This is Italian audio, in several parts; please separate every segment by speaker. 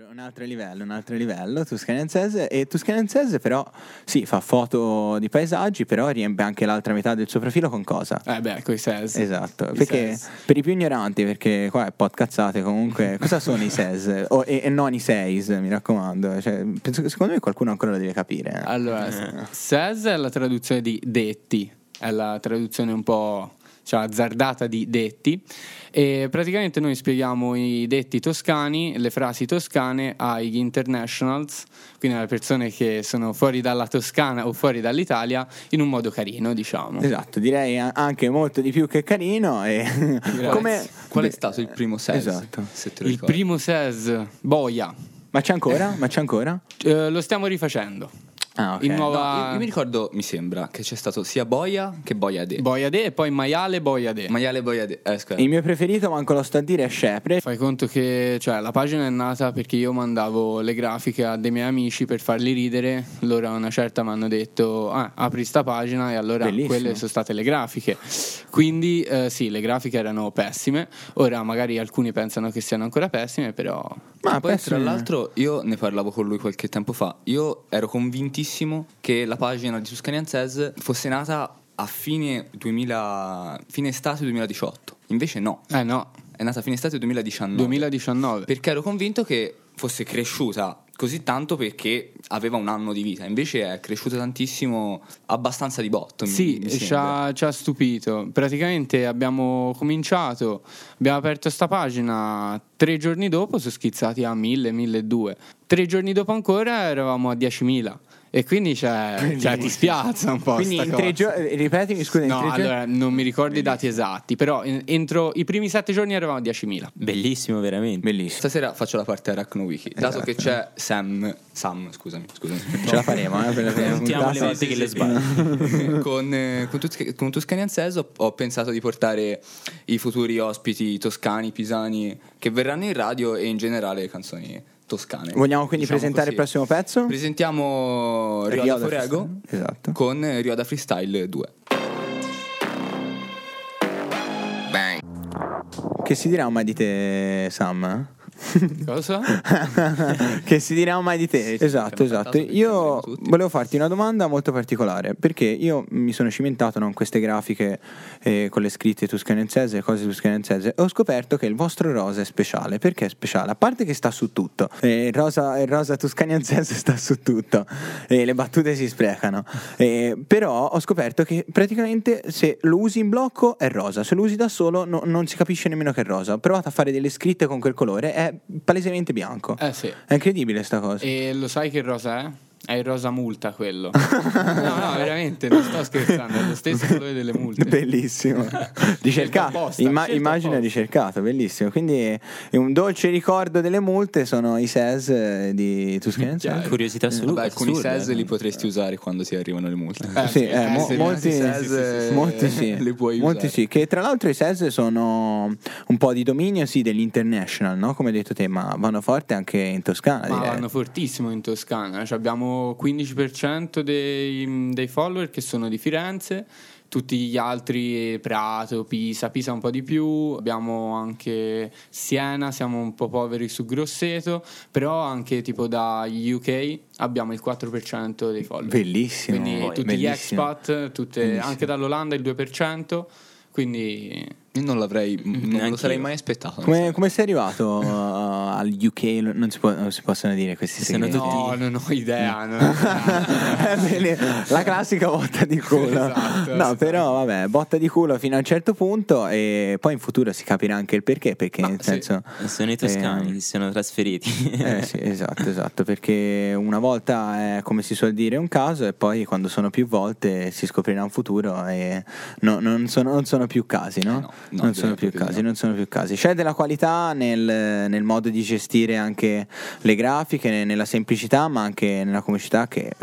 Speaker 1: Un altro livello, un altro livello, Tuscanensese. E Tuscanensese però, sì, fa foto di paesaggi, però riempie anche l'altra metà del suo profilo con cosa?
Speaker 2: Eh beh, coi SES.
Speaker 1: Esatto,
Speaker 2: I
Speaker 1: perché
Speaker 2: SES.
Speaker 1: per i più ignoranti, perché qua è podcazzate comunque, cosa sono i SES? O- e, e non i SEIS, mi raccomando. Cioè, penso che- secondo me qualcuno ancora lo deve capire. eh.
Speaker 2: Allora, SES è la traduzione di detti, è la traduzione un po' cioè, azzardata di detti e praticamente noi spieghiamo i detti toscani, le frasi toscane agli internationals, quindi alle persone che sono fuori dalla Toscana o fuori dall'Italia in un modo carino, diciamo.
Speaker 1: Esatto, direi a- anche molto di più che carino. E come...
Speaker 3: Qual è stato il primo SES?
Speaker 1: Esatto.
Speaker 3: Se te lo
Speaker 2: Il
Speaker 3: ricordi.
Speaker 2: primo SES, boia,
Speaker 1: Ma c'è ancora? Ma c'è ancora?
Speaker 2: Eh, lo stiamo rifacendo.
Speaker 1: Ah, ok.
Speaker 2: In nuova-
Speaker 3: No, io, io mi ricordo, mi sembra, che c'è stato sia Boia che Boia De.
Speaker 2: Boia de e poi maiale, boia de.
Speaker 3: Maiale Boia De. Eh, scusa.
Speaker 1: Il mio preferito, manco lo sto a dire, è Shepre.
Speaker 2: Fai conto che cioè, la pagina è nata perché io mandavo le grafiche a dei miei amici per farli ridere, loro a una certa mi hanno detto ah, apri sta pagina e allora
Speaker 1: Bellissimo.
Speaker 2: quelle sono state le grafiche. Quindi eh, sì, le grafiche erano pessime, ora magari alcuni pensano che siano ancora pessime, però...
Speaker 1: Ma
Speaker 3: poi,
Speaker 1: penso-
Speaker 3: tra l'altro, io ne parlavo con lui qualche tempo fa. Io ero convintissimo che la pagina di Tuscanian Says fosse nata a fine 2000, fine estate 2018. Invece no,
Speaker 2: Eh no,
Speaker 3: è nata a fine estate 2019.
Speaker 2: 2019.
Speaker 3: Perché ero convinto che fosse cresciuta così tanto perché aveva un anno di vita. Invece è cresciuta tantissimo, abbastanza di botto. mi-
Speaker 2: Sì,
Speaker 3: mi
Speaker 2: ci
Speaker 3: sembra.
Speaker 2: ha, ci ha stupito. Praticamente abbiamo cominciato, abbiamo aperto sta pagina, tre giorni dopo sono schizzati a 1000, 1200. Tre giorni dopo ancora eravamo a 10.000. E quindi, cioè, cioè, ti spiazza un po'.
Speaker 1: Quindi
Speaker 2: sta
Speaker 1: in tre
Speaker 2: cosa.
Speaker 1: giorni, ripetimi, scusa, in
Speaker 2: No,
Speaker 1: tre giorni.
Speaker 2: allora non mi ricordo i dati esatti, però en- entro i primi sette giorni eravamo a 10.000.
Speaker 4: Bellissimo, veramente. Esatto.
Speaker 1: Bellissimo.
Speaker 3: Stasera faccio la parte Arachno Wiki. Dato che c'è Sam, Sam, scusami, scusami.
Speaker 1: Ce la faremo, eh, per la prima
Speaker 4: Contiamo le
Speaker 1: puntata.
Speaker 4: volte che le sbaglio.
Speaker 3: con, eh, con, Tusc- con Toscani Anseso ho, ho pensato di portare i futuri ospiti toscani, pisani che verranno in radio e in generale le canzoni toscane.
Speaker 1: Vogliamo quindi
Speaker 3: Diciamo
Speaker 1: presentare
Speaker 3: così.
Speaker 1: il prossimo pezzo?
Speaker 3: Presentiamo Rioda,
Speaker 1: Rioda
Speaker 3: Forego
Speaker 1: Freestyle, esatto.
Speaker 3: con eh, Rioda Freestyle 2.
Speaker 1: Che si dirà mai di te, Sam?
Speaker 2: Cosa?
Speaker 1: che si dirà mai di te. esatto,
Speaker 3: abbiamo
Speaker 1: esatto.
Speaker 3: cantato, pensiamo
Speaker 1: Io
Speaker 3: tutti.
Speaker 1: volevo farti una domanda molto particolare, perché io mi sono cimentato no, in queste grafiche eh, con le scritte tuscanensese, cose tuscanensese, e ho scoperto che il vostro rosa è speciale. Perché è speciale? A parte che sta su tutto. Eh, il rosa, il rosa tuscanensese sta su tutto. E le battute si sprecano. Eh, però ho scoperto che praticamente se lo usi in blocco è rosa, se lo usi da solo no- non si capisce nemmeno che è rosa. Ho provato a fare delle scritte con quel colore, è palesemente bianco.
Speaker 2: Eh sì.
Speaker 1: È incredibile sta cosa.
Speaker 2: E lo sai che rosa è? È il rosa multa quello. No, no, veramente, non sto scherzando, è lo stesso colore delle multe.
Speaker 1: Bellissimo. Ricercato.
Speaker 2: apposta,
Speaker 1: Imma-
Speaker 2: scelta
Speaker 1: immagine
Speaker 2: apposta.
Speaker 1: ricercato, bellissimo. Quindi è un dolce ricordo delle multe sono i SES eh, di Tuscan
Speaker 2: Chiaro.
Speaker 1: Sense.
Speaker 4: Curiosità assoluta.
Speaker 3: Eh, Vabbè, alcuni
Speaker 4: assurda. eh.
Speaker 3: SES li potresti usare quando ti arrivano le multe.
Speaker 2: Eh,
Speaker 1: sì, eh, mo-
Speaker 2: sì,
Speaker 1: molti,
Speaker 2: sì, sì, sì, sì, sì.
Speaker 1: molti sì,
Speaker 3: li puoi
Speaker 1: molti
Speaker 3: usare.
Speaker 1: sì, che tra l'altro i SES sono un po' di dominio sì, dell'international, no? come hai detto te, ma vanno forte anche in Toscana.
Speaker 2: Ma
Speaker 1: direi.
Speaker 2: vanno fortissimo in Toscana, cioè abbiamo 15% dei, dei follower che sono di Firenze, tutti gli altri eh, Prato, Pisa, Pisa un po' di più, abbiamo anche Siena, siamo un po' poveri su Grosseto, però anche tipo da UK abbiamo il 4% dei follower.
Speaker 1: Bellissimo.
Speaker 2: Quindi
Speaker 1: poi,
Speaker 2: tutti
Speaker 1: bellissimo.
Speaker 2: gli expat, tutte- anche dall'Olanda il 2%, quindi
Speaker 3: Io non l'avrei, non lo
Speaker 4: Neanch'io.
Speaker 3: sarei mai aspettato.
Speaker 1: Come, come sei arrivato uh, al UK? Non si, può- non si possono dire questi
Speaker 4: Sono
Speaker 1: segreti.
Speaker 4: tutti-
Speaker 2: no, non ho idea. non ho idea.
Speaker 1: Eh, bene, la classica botta di culo.
Speaker 2: Esatto,
Speaker 1: no,
Speaker 2: sì.
Speaker 1: però vabbè, botta di culo fino a un certo punto e poi in futuro si capirà anche il perché, perché nel
Speaker 2: sì.
Speaker 1: senso...
Speaker 4: Sono i toscani, si sono trasferiti.
Speaker 1: ehm, eh, sì, esatto, esatto, perché una volta è come si suol dire un caso e poi quando sono più volte si scoprirà un futuro e no- non, sono, non sono più casi, no?
Speaker 3: Eh no, no,
Speaker 1: non
Speaker 3: direi
Speaker 1: sono più
Speaker 3: proprio di
Speaker 1: casi,
Speaker 3: no.
Speaker 1: non sono più casi. C'è della qualità nel, nel modo di gestire anche le grafiche, ne- nella semplicità ma anche nella comicità che eh,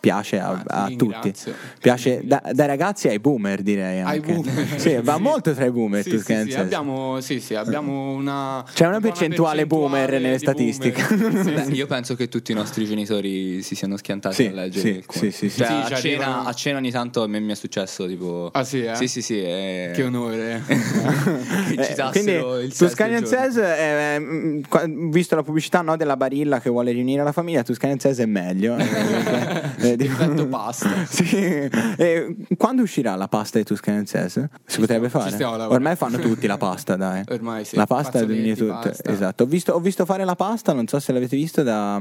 Speaker 1: piace a,
Speaker 2: Ah, ti
Speaker 1: a tutti.
Speaker 2: ringrazio. Cioè,
Speaker 1: Piace da- dai ragazzi ai boomer, direi.
Speaker 2: Ai
Speaker 1: anche.
Speaker 2: boomer.
Speaker 1: Sì, va molto tra i boomer.
Speaker 2: Sì,
Speaker 1: tu
Speaker 2: sì,
Speaker 1: che ne
Speaker 2: sì,
Speaker 1: sai.
Speaker 2: abbiamo, sì, sì, abbiamo una.
Speaker 1: C'è una
Speaker 2: buona
Speaker 1: percentuale boomer
Speaker 2: percentuale
Speaker 1: nelle
Speaker 2: di boomer.
Speaker 1: statistiche.
Speaker 2: Sì,
Speaker 3: Beh,
Speaker 2: sì.
Speaker 3: io penso che tutti i nostri genitori si siano schiantati
Speaker 1: Sì,
Speaker 3: a leggere
Speaker 1: sì,
Speaker 3: alcuni.
Speaker 1: sì, sì, sì.
Speaker 3: Cioè,
Speaker 2: Sì, ci
Speaker 3: a, cena,
Speaker 2: arrivano-
Speaker 3: a cena ogni tanto a me mi è successo tipo...
Speaker 2: Ah, sì, eh?
Speaker 3: Sì, sì, sì. eh.
Speaker 2: Che onore.
Speaker 3: che
Speaker 1: Eh,
Speaker 3: citassero
Speaker 1: quindi
Speaker 3: il sesto
Speaker 1: Tuscanian
Speaker 3: giorno.
Speaker 1: Says, eh, eh, mh, qua- visto la pubblicità no, della Barilla che vuole riunire la famiglia, Tuscanian Says è meglio. eh, eh, dico-
Speaker 2: Effetto pasta.
Speaker 1: Sì. Eh, quando uscirà la pasta di Tuscanian Says? Si potrebbe
Speaker 2: stiamo- ci
Speaker 1: fare?
Speaker 2: stiamo lavorando.
Speaker 1: Ormai fanno tutti la pasta, dai.
Speaker 2: Ormai sì,
Speaker 1: La pasta
Speaker 2: fazzoletti,
Speaker 1: riunisce tutto.
Speaker 2: pasta.
Speaker 1: Esatto. Ho visto, ho visto fare la pasta, non so se l'avete visto da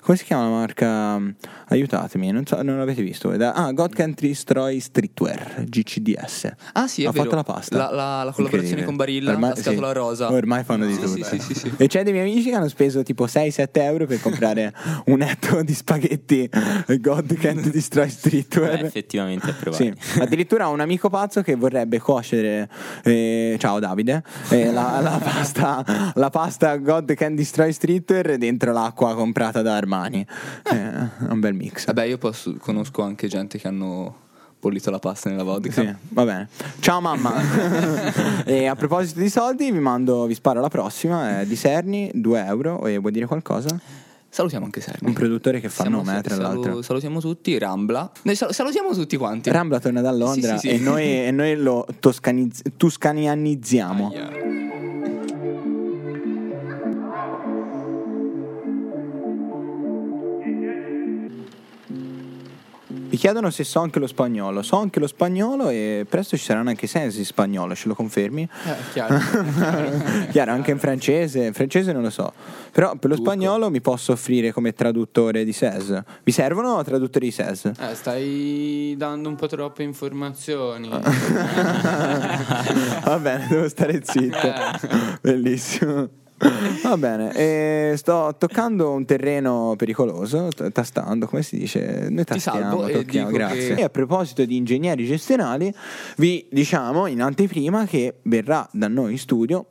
Speaker 1: come si chiama la marca? Aiutatemi, non so, non l'avete visto. voi, Da, ah, God Country Stroy Streetwear, GCDS.
Speaker 3: Ah, sì, è
Speaker 1: ha
Speaker 3: vero.
Speaker 1: fatto la pasta.
Speaker 3: La- la- la collaborazione
Speaker 1: Incredibile.
Speaker 3: con Barilla, la scatola rosa.
Speaker 1: Ormai fanno di
Speaker 3: Sì,
Speaker 1: tutto.
Speaker 3: sì, sì, sì, sì.
Speaker 1: E c'è dei miei amici che hanno speso tipo 6-7 euro per comprare un etto di spaghetti eh, God Can't Destroy
Speaker 3: Eh,
Speaker 1: Streetwear.
Speaker 4: Beh, effettivamente è
Speaker 1: Sì.
Speaker 4: probabile.
Speaker 1: Addirittura ho un amico pazzo che vorrebbe cuocere, eh, ciao Davide, eh, la, la pasta, la pasta God Can Destroy Streeter dentro l'acqua comprata da Armani. Eh, un bel mix.
Speaker 3: Vabbè, Cioè, io posso- conosco anche gente che hanno bollito la pasta nella vodka.
Speaker 1: Sì, va bene. Ciao mamma. e a proposito di soldi, vi mando, vi sparo la prossima. eh, di Serni, 2 euro. E vuoi dire qualcosa?
Speaker 3: Salutiamo anche Sergio.
Speaker 1: Un produttore che fa
Speaker 3: Siamo-
Speaker 1: nome, eh, tra
Speaker 3: salu-
Speaker 1: l'altro.
Speaker 3: Salutiamo tutti, Rambla. Noi sal- salutiamo tutti quanti.
Speaker 1: Rambla torna da Londra
Speaker 3: Sì, sì, sì.
Speaker 1: E, noi, e noi lo toscanizz- tuscanianizziamo. Mi chiedono se so anche lo spagnolo. So anche lo spagnolo e presto ci saranno anche i sensi in spagnolo, ce lo confermi?
Speaker 2: Eh, chiaro.
Speaker 1: Chiaro, anche in francese, in francese non lo so. Però per lo spagnolo mi posso offrire come traduttore di SES. Vi servono traduttori di SES?
Speaker 2: Eh, stai dando un po' troppe informazioni.
Speaker 1: Va bene, devo stare zitto.
Speaker 2: Eh.
Speaker 1: Bellissimo. Va bene, e sto toccando un terreno pericoloso, t- tastando, come si dice? Noi
Speaker 3: Ti salvo
Speaker 1: tastiamo,
Speaker 3: e
Speaker 1: tocchiamo,
Speaker 3: dico
Speaker 1: grazie.
Speaker 3: che-
Speaker 1: E a proposito di ingegneri gestionali, vi diciamo in anteprima che verrà da noi in studio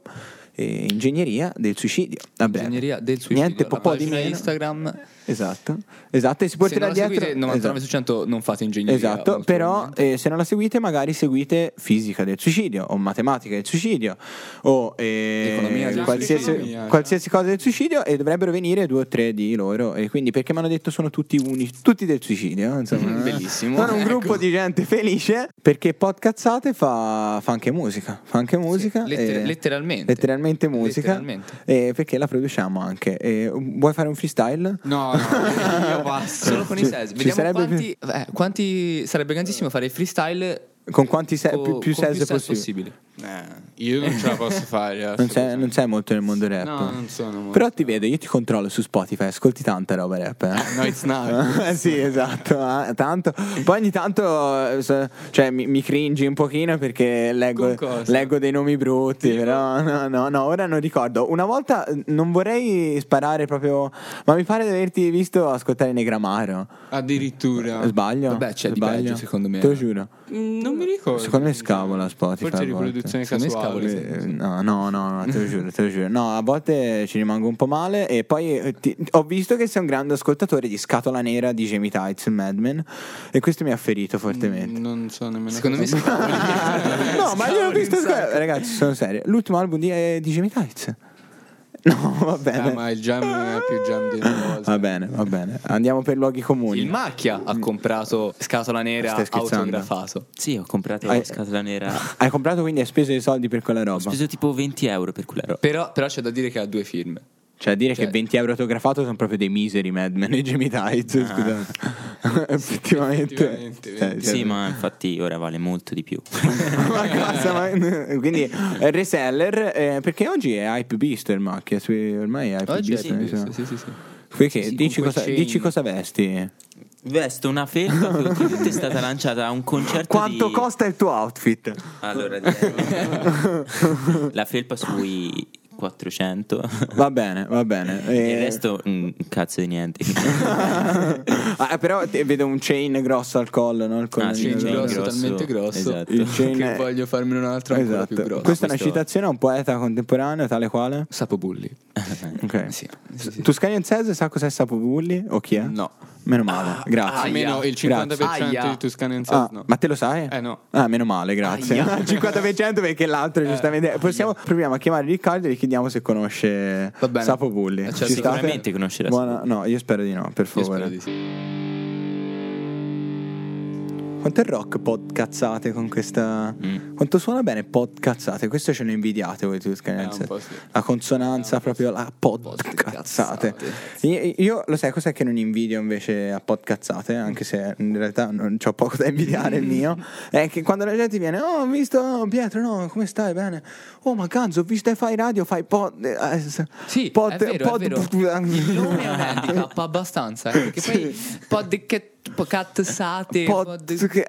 Speaker 1: eh, ingegneria del suicidio. Va bene.
Speaker 3: Ingegneria del suicidio.
Speaker 1: Niente, po'
Speaker 3: la
Speaker 1: po' di
Speaker 3: pagina
Speaker 1: meno.
Speaker 3: Instagram.
Speaker 1: Esatto, esatto, e si
Speaker 3: Se non
Speaker 1: porterà
Speaker 3: la
Speaker 1: dietro...
Speaker 3: seguite, 99
Speaker 1: esatto.
Speaker 3: su 100 non fate ingegneria.
Speaker 1: Esatto,
Speaker 3: molto
Speaker 1: però
Speaker 3: probabilmente.
Speaker 1: eh, se non la seguite magari seguite fisica del suicidio o matematica del suicidio o eh,
Speaker 3: Economia cioè. del
Speaker 1: qualsiasi,
Speaker 2: suicidio. Economia,
Speaker 1: qualsiasi cosa del suicidio e dovrebbero venire due o tre di loro e quindi perché mi hanno detto sono tutti uni, tutti del suicidio, eh, insomma,
Speaker 3: Bellissimo. Ecco.
Speaker 1: Sono un gruppo di gente felice perché Podcazzate fa, fa anche musica, fa anche musica
Speaker 3: letter-
Speaker 1: eh,
Speaker 3: letteralmente.
Speaker 1: letteralmente musica
Speaker 3: Letteralmente.
Speaker 1: eh, perché la produciamo anche. Eh, vuoi fare un freestyle?
Speaker 2: No, no, io passo.
Speaker 3: Solo con i
Speaker 1: Ci-
Speaker 3: SES.
Speaker 1: ci
Speaker 3: Vediamo
Speaker 1: sarebbe
Speaker 3: quanti, eh, quanti- Sarebbe grandissimo fare il freestyle
Speaker 1: Con quanti se-
Speaker 3: co-
Speaker 1: più, più
Speaker 3: con
Speaker 1: sense possibile?
Speaker 2: Eh, io non ce la posso fare.
Speaker 1: Non sei,
Speaker 2: assolutamente.
Speaker 1: non sei molto nel mondo rap.
Speaker 2: No, non sono molto.
Speaker 1: Però ti vedo, io ti controllo su Spotify, ascolti tanta roba rap. Eh?
Speaker 2: No, it's not.
Speaker 1: Eh, sì, esatto. ah, tanto. Poi ogni tanto eh, so- cioè, mi, mi cringi un pochino perché leggo,
Speaker 2: Con cosa?
Speaker 1: leggo dei nomi brutti. Però no, no, no, ora non ricordo. Una volta eh, non vorrei sparare proprio, ma mi pare di averti visto ascoltare Negramaro.
Speaker 2: Addirittura.
Speaker 1: Sbaglio?
Speaker 3: Vabbè, c'è di
Speaker 1: Sbaglio?
Speaker 3: peggio, secondo me.
Speaker 1: Te lo giuro.
Speaker 2: Mm, Non mi ricordo.
Speaker 1: Secondo me scavola Spotify.
Speaker 2: Forse
Speaker 1: a volte.
Speaker 2: riproduzione
Speaker 3: Secondo me
Speaker 2: casuale.
Speaker 3: scavola.
Speaker 1: Eh, No, no, no, no, te lo giuro, te lo giuro. No, a volte ci rimango un po' male. E poi eh, ti- ho visto che sei un grande ascoltatore di Scatola Nera di Jamie Tights e Mad Men. E questo mi ha ferito fortemente.
Speaker 2: Non so nemmeno.
Speaker 3: Secondo me scavoli.
Speaker 1: no, ma io l'ho visto. ascol- Ragazzi, sono serio. L'ultimo album di, eh, di Jamie Tights. No, va bene.
Speaker 2: Ah, ma il jam è più jam di una volta.
Speaker 1: Va bene, va bene. Andiamo per luoghi comuni.
Speaker 3: Il Macchia ha comprato Scatola Nera
Speaker 1: Stai scherzando?
Speaker 3: autografato. Eh,
Speaker 4: Sì, ho comprato
Speaker 1: Hai-
Speaker 4: la scatola nera. Ho
Speaker 1: Hai comprato quindi hai speso dei soldi per quella roba.
Speaker 4: speso tipo 20 euro per quella roba.
Speaker 3: Però, però c'è da dire che ha due film.
Speaker 1: Cioè, dire
Speaker 3: Cioè-
Speaker 1: che 20 euro autografato sono proprio dei miseri Mad Men e Jimmy Tights. Scusa, Ah. effettivamente.
Speaker 2: effettivamente,
Speaker 1: Cioè,
Speaker 4: Sì,
Speaker 1: cioè-
Speaker 4: ma infatti ora vale molto di più.
Speaker 1: ma cosa, ma- Quindi, eh, reseller. eh, perché oggi è hype beast il macchia. sì, Ormai è hype
Speaker 3: Oggi è
Speaker 1: beast. mi sa.
Speaker 3: sì, sì, sì, sì.
Speaker 1: Perché
Speaker 3: Sì, sì,
Speaker 1: dici,
Speaker 3: con
Speaker 1: cosa,
Speaker 3: quel
Speaker 1: dici
Speaker 3: chain.
Speaker 1: cosa vesti?
Speaker 4: Vesto una felpa che oltretutto è stata lanciata a un concerto
Speaker 1: Quanto
Speaker 4: di...
Speaker 1: costa il tuo outfit?
Speaker 4: Allora, direi- la felpa sui 400.
Speaker 1: Va bene, va bene.
Speaker 4: E
Speaker 1: eh,
Speaker 4: il resto, mm, cazzo di niente.
Speaker 1: ah, però te- vedo un chain grosso al collo, no? Il
Speaker 4: Ah, sì,
Speaker 1: collanino
Speaker 4: il
Speaker 1: grosso.
Speaker 3: grosso, talmente grosso.
Speaker 4: Esatto.
Speaker 1: Il chain
Speaker 3: Che
Speaker 1: è-
Speaker 3: voglio farmene un altro ancora
Speaker 1: Cioè, Esatto.
Speaker 3: più grosso.
Speaker 1: Questa è una
Speaker 3: Questo-
Speaker 1: citazione a un poeta contemporaneo, tale quale?
Speaker 3: Sapo Bulli.
Speaker 1: Ok.
Speaker 3: Sì.
Speaker 1: Tuscanian Cese sa cos'è Sapobulli o chi è?
Speaker 3: No.
Speaker 1: Meno male,
Speaker 3: Ah,
Speaker 1: grazie.
Speaker 2: Almeno il 50%
Speaker 3: Aia.
Speaker 2: di Tuscanenses
Speaker 1: Ah,
Speaker 2: no.
Speaker 1: Ma te lo sai?
Speaker 2: Eh, no.
Speaker 1: Ah, meno male, grazie.
Speaker 3: Aia. Eh,
Speaker 1: Il 50% perché l'altro giustamente. Possiamo, proviamo a chiamare Riccardo e gli chiediamo se conosce
Speaker 3: Va bene.
Speaker 1: Sapo Bulli.
Speaker 3: Eh, cioè,
Speaker 1: Ci state?
Speaker 4: sicuramente conoscerà
Speaker 1: Buona- No, io spero di no, per
Speaker 3: Io
Speaker 1: favore.
Speaker 3: spero di sì.
Speaker 1: Quanto è rock podcazzate con questa.
Speaker 4: Mm.
Speaker 1: Quanto suona bene podcazzate? Questo ce ne invidiate voi
Speaker 2: Eh,
Speaker 1: Tuscanense.
Speaker 2: un po' sì. Eh,
Speaker 1: La consonanza proprio la podcazzate. Io, io lo sai cos'è che non invidio invece a podcazzate, anche se in realtà non ho poco da invidiare il mio. È che quando la gente viene, oh, ho visto oh, Pietro, no, come stai? Bene. Oh, ma Ganzo, ho visto che fai radio, fai pod. eh, s-
Speaker 2: Sì,
Speaker 1: pod-
Speaker 2: è vero,
Speaker 1: pod-
Speaker 2: è vero. Il nome è un handicap abbastanza, eh, perché poi pod cazzate,
Speaker 1: pod- che-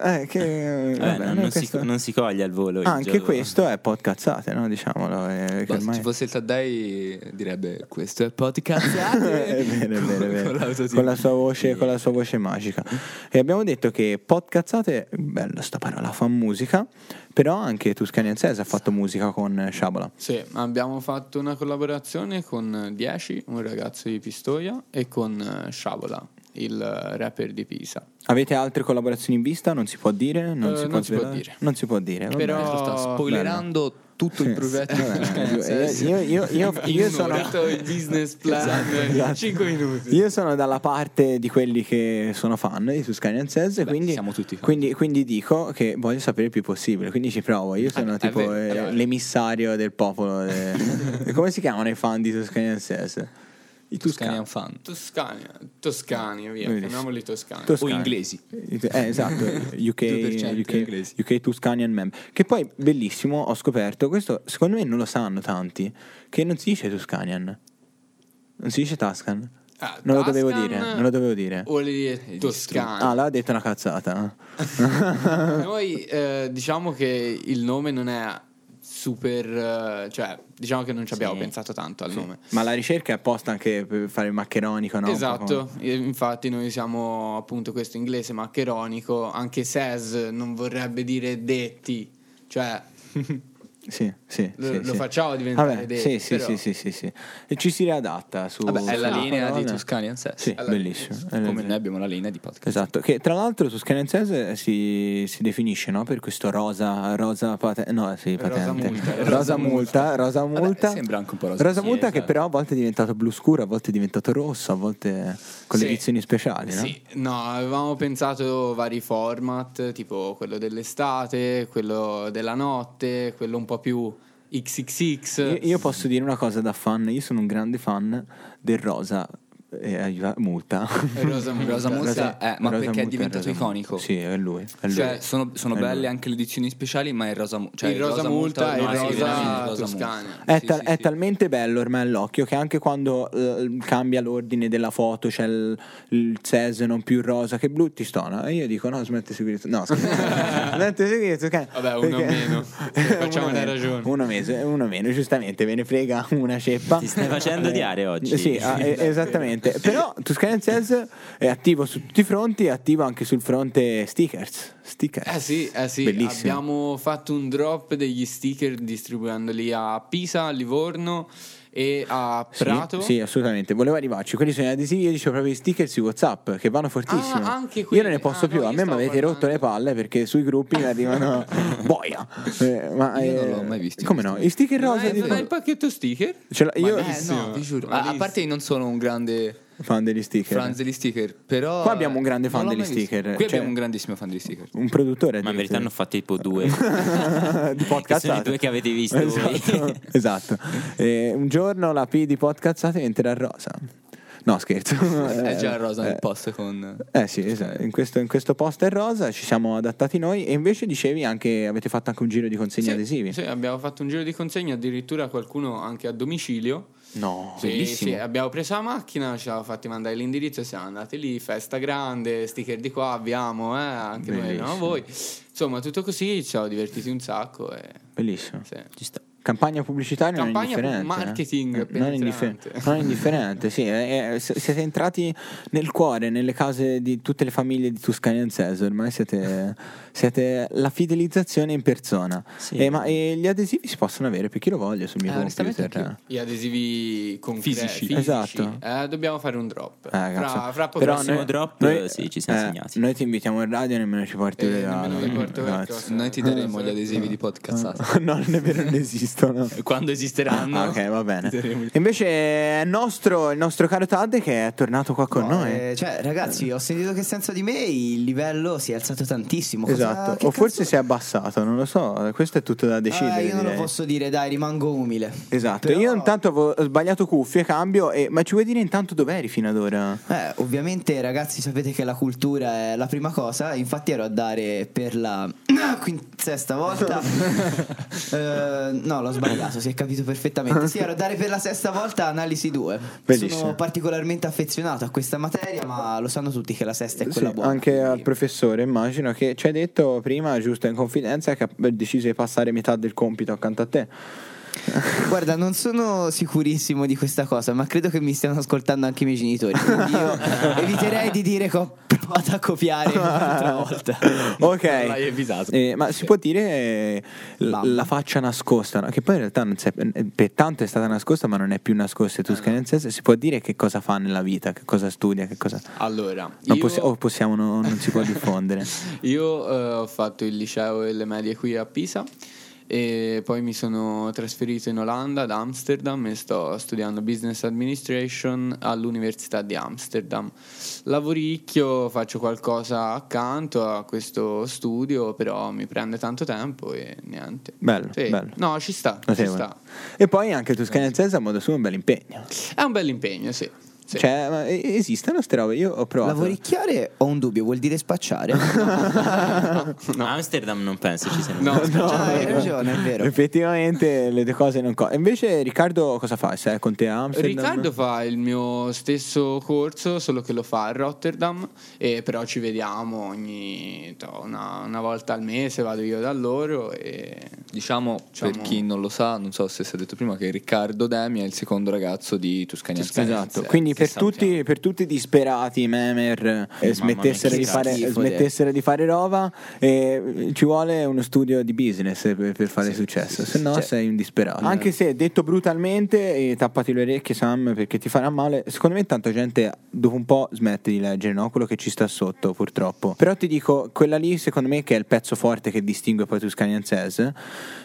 Speaker 1: eh, che-
Speaker 4: Eh,
Speaker 1: vabbè,
Speaker 4: no,
Speaker 1: noi
Speaker 4: non, si,
Speaker 1: questo-
Speaker 4: non si coglie al volo. il
Speaker 1: Anche
Speaker 4: gioco.
Speaker 1: questo è podcazzate, no? Diciamolo. eh, che
Speaker 3: Basta,
Speaker 1: ormai-
Speaker 3: se ci fosse il Taddei direbbe questo è il
Speaker 1: è
Speaker 3: podcast.
Speaker 1: vero, è vero, è vero.
Speaker 3: Con l'autotune.
Speaker 1: Con la sua voce, con la sua voce magica. E abbiamo detto che podcazzate, bella sta parola, fa musica, però anche Tuscania Anzese ha fatto musica con Sciabola.
Speaker 2: Sì, abbiamo fatto una collaborazione con 10, un ragazzo di Pistoia, e con eh, Sciabola, il eh, rapper di Pisa.
Speaker 1: Avete altre collaborazioni in vista? Non si può dire? Non,
Speaker 2: Eh,
Speaker 1: si, può
Speaker 2: non si può
Speaker 1: svelare?
Speaker 2: dire.
Speaker 1: Non si può dire. va
Speaker 2: Però-
Speaker 1: bene.
Speaker 3: Questo sta spoilerando tutto il progetto.
Speaker 1: Eh,
Speaker 3: Cioè,
Speaker 1: io, io- io-
Speaker 2: In
Speaker 1: io sono,
Speaker 2: un'ora. il business plan
Speaker 1: Esatto.
Speaker 2: 5 minuti.
Speaker 1: io sono dalla parte di quelli che sono fan di Tuscania Anzese, quindi,
Speaker 3: siamo tutti fan.
Speaker 1: quindi, quindi dico che voglio sapere il più possibile, quindi ci provo.
Speaker 3: Ah,
Speaker 1: Io sono
Speaker 2: è
Speaker 1: tipo
Speaker 2: vero, è
Speaker 1: eh,
Speaker 2: vero.
Speaker 1: l'emissario del popolo. de- come si chiamano i fan di Tuscania Anzese? I
Speaker 3: Tuscanian fan.
Speaker 2: Toscania, Toscani, via,
Speaker 1: Quindi-
Speaker 2: chiamiamoli Toscani.
Speaker 1: Toscani.
Speaker 3: O inglesi.
Speaker 1: Eh, esatto, UK,
Speaker 3: 2%
Speaker 1: UK,
Speaker 3: inglesi.
Speaker 1: UK Tuscanian Mem. Che poi bellissimo, ho scoperto, questo secondo me non lo sanno tanti, che non si dice Tuscanian, non si dice Tuscan.
Speaker 2: Ah,
Speaker 1: non lo
Speaker 2: Toscan
Speaker 1: dovevo dire, non lo dovevo dire.
Speaker 2: Vuol dire Toscani.
Speaker 1: Ah, l'ha detto una cazzata. eh.
Speaker 2: Noi eh, diciamo che il nome non è super, eh, cioè diciamo che non ci abbiamo
Speaker 4: Sì.
Speaker 2: pensato tanto al nome.
Speaker 1: Ma la ricerca è apposta anche per fare il maccheronico, no? Un po'
Speaker 2: Esatto, eh, infatti noi siamo appunto questo inglese maccheronico, anche says non vorrebbe dire detti, cioè
Speaker 1: come- Sì, sì,
Speaker 2: Lo-
Speaker 1: sì,
Speaker 2: lo
Speaker 1: sì.
Speaker 2: facciamo diventare dei-
Speaker 1: sì, sì,
Speaker 2: però-
Speaker 1: sì, sì, sì, sì. E ci si riadatta su
Speaker 3: Vabbè, è la
Speaker 1: sulla
Speaker 3: linea di
Speaker 1: parola.
Speaker 3: Tuscanian Sess.
Speaker 1: Ah, Sì, bellissimo. È la-
Speaker 3: eh, Come noi abbiamo la linea di podcast.
Speaker 1: Esatto, che tra l'altro Tuscanensese si, si definisce no? per questo rosa, rosa patente, no sì,
Speaker 2: Rosa
Speaker 1: patente,
Speaker 2: multa.
Speaker 1: rosa, multa, rosa multa,
Speaker 3: Vabbè, sembra anche un po' rosa
Speaker 1: rosa
Speaker 3: sì,
Speaker 1: multa che
Speaker 3: esatto.
Speaker 1: però a volte è diventato blu scuro, a volte è diventato rosso, a volte con le
Speaker 2: Sì.
Speaker 1: edizioni speciali, no?
Speaker 2: Sì, no, avevamo pensato vari format, tipo quello dell'estate, quello della notte, quello un po' più XXX.
Speaker 1: Io, io posso dire una cosa da fan, io sono un grande fan del rosa eh, aiuta- multa.
Speaker 2: Rosa Multa.
Speaker 3: Rosa Multa,
Speaker 1: Rosa-
Speaker 3: eh, ma
Speaker 1: rosa
Speaker 3: perché è
Speaker 1: multa,
Speaker 3: diventato
Speaker 1: rosa multa.
Speaker 3: iconico?
Speaker 1: Sì, è lui. È lui.
Speaker 3: Cioè, sono, sono
Speaker 1: È lui.
Speaker 3: belle anche le edizioni speciali, ma il rosa, mu- cioè,
Speaker 2: il rosa multa e il
Speaker 3: no, sì, veramente
Speaker 2: rosa
Speaker 3: il rosa
Speaker 2: toscana.
Speaker 3: multa.
Speaker 1: È,
Speaker 3: Sì,
Speaker 1: tal-
Speaker 3: sì,
Speaker 1: è
Speaker 3: sì.
Speaker 1: talmente bello ormai all'occhio che anche quando eh, cambia l'ordine della foto, c'è il, il ses non più rosa che blu, ti stona. E io dico: no, smetti di seguire. No, scherzo. smetti di seguire. ok?
Speaker 2: Vabbè, uno meno. Facciamo
Speaker 1: Uno
Speaker 2: una
Speaker 1: meno.
Speaker 2: ragione.
Speaker 1: Uno, mese, uno meno, giustamente, ve ne frega una ceppa. Eh,
Speaker 4: Ti stai facendo odiare oggi.
Speaker 1: Sì, ah, eh, esattamente. Però Tuscan Sales è attivo su tutti i fronti, è attivo anche sul fronte stickers. Stickers.
Speaker 2: Eh sì, eh sì,
Speaker 1: Bellissimo.
Speaker 2: abbiamo fatto un drop degli sticker distribuendoli a Pisa, a Livorno e a
Speaker 1: Sì,
Speaker 2: Prato.
Speaker 1: Sì, assolutamente. Volevo arrivarci. Quelli sono gli adesivi, io dicevo proprio i sticker su WhatsApp che vanno fortissimo.
Speaker 2: Ah, anche
Speaker 1: io
Speaker 2: quelli.
Speaker 1: non ne posso
Speaker 2: Ah,
Speaker 1: più.
Speaker 2: no,
Speaker 1: a
Speaker 2: io
Speaker 1: me mi
Speaker 2: stavo
Speaker 1: avete
Speaker 2: guardando.
Speaker 1: rotto le palle perché sui gruppi mi arrivano boia. Eh, ma,
Speaker 3: Io non l'ho mai visto.
Speaker 1: Come no? I sticker
Speaker 2: Non
Speaker 1: rosa
Speaker 2: hai,
Speaker 1: di
Speaker 2: non hai il pacchetto sticker?
Speaker 1: Ce l'ho- io
Speaker 3: Eh, no, vi giuro. Ma a
Speaker 2: Malissimo.
Speaker 3: parte io non sono un grande
Speaker 1: fan degli sticker.
Speaker 3: fan degli sticker, però...
Speaker 1: Qua abbiamo un grande
Speaker 3: Non
Speaker 1: fan
Speaker 3: l'ho
Speaker 1: degli
Speaker 3: mai visto.
Speaker 1: sticker,
Speaker 3: Qui
Speaker 1: cioè-
Speaker 3: abbiamo un grandissimo fan degli sticker.
Speaker 1: Un produttore
Speaker 4: Ma in verità
Speaker 1: addirittura.
Speaker 4: ne ho fatto tipo due.
Speaker 1: di
Speaker 4: Che
Speaker 1: podcast.
Speaker 4: sono i due che avete visto
Speaker 1: Esatto.
Speaker 4: voi.
Speaker 1: esatto. Eh, un giorno la P di podcazzate diventerà rosa. No, scherzo.
Speaker 3: È già il rosa
Speaker 1: Eh,
Speaker 3: nel post con...
Speaker 1: Eh sì, esatto. in, questo, in questo post è rosa, ci siamo adattati noi e invece dicevi anche, avete fatto anche un giro di consegne
Speaker 2: Sì,
Speaker 1: adesivi.
Speaker 2: sì, abbiamo fatto un giro di consegna addirittura qualcuno anche a domicilio.
Speaker 1: No,
Speaker 2: Sì, sì, abbiamo preso la macchina, ci avevamo fatti mandare l'indirizzo, siamo andati lì, festa grande, sticker di qua, abbiamo, eh, anche noi, no,
Speaker 1: Bellissimo.
Speaker 2: voi. Insomma, tutto così, ci siamo divertiti un sacco. E,
Speaker 1: bellissimo.
Speaker 2: sì.
Speaker 4: Ci sta.
Speaker 1: Campagna pubblicitaria non
Speaker 2: Campagna
Speaker 1: indifferente.
Speaker 2: marketing
Speaker 1: eh. non, indifferente
Speaker 2: penetrante.
Speaker 1: non indifferente, sì. eh, eh, s- siete entrati nel cuore, nelle case di tutte le famiglie di Tuscania Anzese. Ormai siete, siete la fidelizzazione in persona.
Speaker 4: Sì.
Speaker 1: Eh, ma eh, gli adesivi si possono avere per chi lo voglia sul mio
Speaker 2: Eh, onestamente
Speaker 1: computer.
Speaker 2: anch'io. Gli adesivi concreti,
Speaker 3: Fisici.
Speaker 2: fisici.
Speaker 1: Esatto.
Speaker 2: Eh, dobbiamo fare un drop.
Speaker 1: Eh, ragazzi,
Speaker 2: fra, fra poco
Speaker 1: però
Speaker 2: prossimo-
Speaker 1: noi-
Speaker 4: drop, eh, sì, ci siamo
Speaker 1: eh,
Speaker 4: segnati.
Speaker 1: Noi ti invitiamo in radio e nemmeno ci porti
Speaker 2: Eh,
Speaker 1: le
Speaker 2: nemmeno
Speaker 1: radio,
Speaker 2: vi porto
Speaker 1: ragazzi.
Speaker 2: qualcosa.
Speaker 3: Noi ti daremo gli adesivi di podcast.
Speaker 1: No, non è vero, non esistono.
Speaker 3: Quando esisteranno.
Speaker 1: Ah, Eh. ok, va bene.
Speaker 3: Ti daremo-
Speaker 1: Invece è nostro, il nostro caro Tad che è tornato qua con
Speaker 5: No,
Speaker 1: noi.
Speaker 5: eh, cioè, ragazzi, ho sentito che senza di me il livello si è alzato tantissimo. Cosa-
Speaker 1: Esatto,
Speaker 5: che
Speaker 1: o forse
Speaker 5: cazzo-
Speaker 1: si è abbassato, non lo so, questo è tutto da decidere.
Speaker 5: Eh, io non lo
Speaker 1: direi.
Speaker 5: posso dire, dai, rimango umile.
Speaker 1: Esatto,
Speaker 5: Però-
Speaker 1: io intanto avevo sbagliato cuffie, cambio, e- ma ci vuoi dire intanto dove eri fino ad ora?
Speaker 5: Eh, ovviamente, ragazzi, sapete che la cultura è la prima cosa. Infatti, ero a dare per la quin- sesta volta. Eh, no, l'ho sbagliato, si è capito perfettamente. Sì, ero a dare per la sesta volta Analisi 2.
Speaker 1: Bellissimo.
Speaker 5: Sono particolarmente affezionato a questa materia, ma lo sanno tutti che la sesta è quella
Speaker 1: Sì,
Speaker 5: buona.
Speaker 1: anche
Speaker 5: quindi-
Speaker 1: al professore immagino che ci hai detto prima, giusto in confidenza, che ha deciso di passare metà del compito accanto a te.
Speaker 5: Guarda, non sono sicurissimo di questa cosa, ma credo che mi stiano ascoltando anche i miei genitori. Quindi io eviterei di dire che ho provato a copiare Ah, un'altra volta.
Speaker 1: ok,
Speaker 3: Non l'hai evitato.
Speaker 1: Eh, ma si può dire eh, l-
Speaker 5: Bam.
Speaker 1: la faccia nascosta, no? che poi in realtà non si è- eh, per tanto è stata nascosta, ma non è più nascosta.
Speaker 5: Eh,
Speaker 1: E tu scanenzese, si può dire che cosa fa nella vita, che cosa studia, che cosa.
Speaker 2: Allora,
Speaker 1: Non
Speaker 2: io,
Speaker 1: possi- o possiamo, Oh. no- non si può diffondere.
Speaker 2: io, eh, ho fatto il liceo e le medie qui a Pisa e poi mi sono trasferito in Olanda, ad Amsterdam e sto studiando Business Administration all'Università di Amsterdam. Lavoricchio, faccio qualcosa accanto a questo studio, però mi prende tanto tempo e niente.
Speaker 1: Bello,
Speaker 2: Sì.
Speaker 1: bello.
Speaker 2: No, ci sta, ci
Speaker 1: Notevole.
Speaker 2: sta.
Speaker 1: E poi anche Tuscanenzese a modo suo è un bel impegno.
Speaker 2: È un bel impegno, sì. sì.
Speaker 1: Cioè, ma e- esistono ste robe, io ho provato.
Speaker 5: Lavoricchiare ho un dubbio, vuol dire spacciare.
Speaker 4: Amsterdam non penso ci siano.
Speaker 2: No,
Speaker 5: No, hai ragione, è vero.
Speaker 1: Effettivamente le due cose non co- Invece Riccardo cosa fa? Se è con te a Amsterdam?
Speaker 2: cioè, Riccardo fa il mio stesso corso, solo che lo fa a Rotterdam, e però ci vediamo ogni to- una, una volta al mese, vado io da loro e...
Speaker 3: Diciamo,
Speaker 2: Diciamo-
Speaker 3: per chi non lo sa, non so se si è detto prima, che Riccardo Demi è il secondo ragazzo di Tuscania
Speaker 1: Esatto, quindi per tutti, per tutti i disperati memer eh, smettessero,
Speaker 4: che
Speaker 1: di fare,
Speaker 5: schifo,
Speaker 1: smettessero di fare roba, eh, ci vuole uno studio di business eh, per, per fare successo, se no
Speaker 5: Cioè,
Speaker 1: sei un disperato. Anche se detto brutalmente, eh, tappati le orecchie Sam perché ti farà male, secondo me tanta gente dopo un po' smette di leggere no? quello che ci sta sotto purtroppo. Però ti dico, quella lì secondo me che è il pezzo forte che distingue poi Tuscanian Says,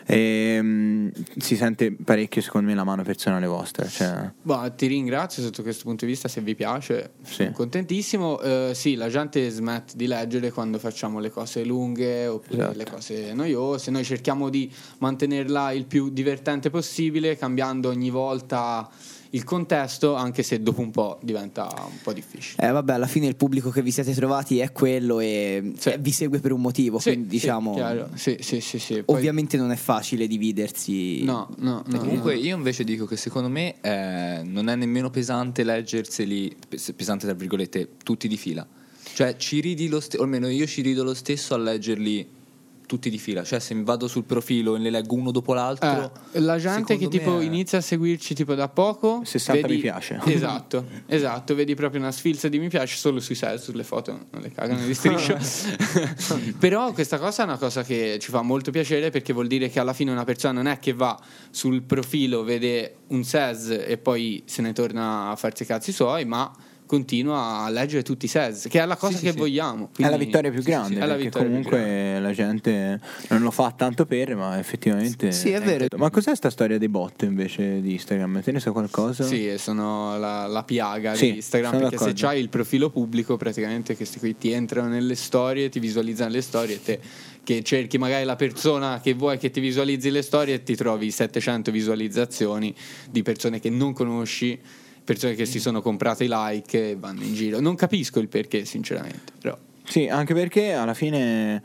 Speaker 1: ehm, si sente parecchio secondo me la mano personale vostra. Cioè...
Speaker 2: Boh, ti ringrazio sotto questo punto di vista, se vi piace,
Speaker 1: Sì.
Speaker 2: sono contentissimo. Eh, sì, la gente smette di leggere quando facciamo le cose lunghe oppure
Speaker 1: Esatto.
Speaker 2: le cose noiose, noi cerchiamo di mantenerla il più divertente possibile, cambiando ogni volta il contesto, anche se dopo un po' diventa un po' difficile.
Speaker 5: Eh vabbè, alla fine il pubblico che vi siete trovati è quello e
Speaker 2: Sì.
Speaker 5: eh, vi segue per un motivo,
Speaker 2: Sì,
Speaker 5: quindi
Speaker 2: sì,
Speaker 5: diciamo...
Speaker 2: chiaro. Sì, sì, sì, sì. Poi-
Speaker 5: Ovviamente non è facile dividersi.
Speaker 2: No, no, no,
Speaker 3: Comunque
Speaker 2: no.
Speaker 3: io invece dico che secondo me eh, non è nemmeno pesante leggerseli, pes- pesante tra virgolette, tutti di fila. Cioè ci ridi lo stesso, almeno io ci rido lo stesso a leggerli tutti di fila. Cioè se mi vado sul profilo e ne leggo uno dopo l'altro...
Speaker 2: Eh, la gente che
Speaker 3: secondo
Speaker 2: tipo
Speaker 3: me è-
Speaker 2: inizia a seguirci tipo da poco
Speaker 1: 60
Speaker 2: vedi-
Speaker 1: mi piace.
Speaker 2: Esatto, esatto Vedi proprio una sfilza di mi piace solo sui site Sulle foto non le cagano di striscio Però questa cosa è una cosa che ci fa molto piacere Perché vuol dire che alla fine una persona non è che va sul profilo Vede un SES e poi se ne torna a farsi i cazzi suoi Ma continua a leggere tutti i SES Che è la cosa
Speaker 3: sì,
Speaker 2: che
Speaker 3: sì.
Speaker 2: vogliamo
Speaker 1: È la
Speaker 2: quindi-
Speaker 1: vittoria più
Speaker 2: Sì, sì,
Speaker 1: grande,
Speaker 2: è la
Speaker 1: perché
Speaker 2: vittoria più
Speaker 1: comunque
Speaker 2: grande.
Speaker 1: la gente non lo fa tanto per, ma effettivamente...
Speaker 5: Sì, è vero.
Speaker 1: Ma cos'è sta storia dei bot invece di Instagram? Te ne so qualcosa?
Speaker 2: Sì, e sono la, la piaga
Speaker 1: Esatto. Sì,
Speaker 2: di Instagram
Speaker 1: sono
Speaker 2: perché se
Speaker 1: d'accordo.
Speaker 2: c'hai il profilo pubblico praticamente questi qui ti entrano nelle storie, ti visualizzano le storie e te che cerchi magari la persona che vuoi che ti visualizzi le storie e ti trovi 700 visualizzazioni di persone che non conosci, persone che si sono comprate i like e vanno in giro. Non capisco il perché sinceramente, però
Speaker 1: Sì, anche perché alla fine...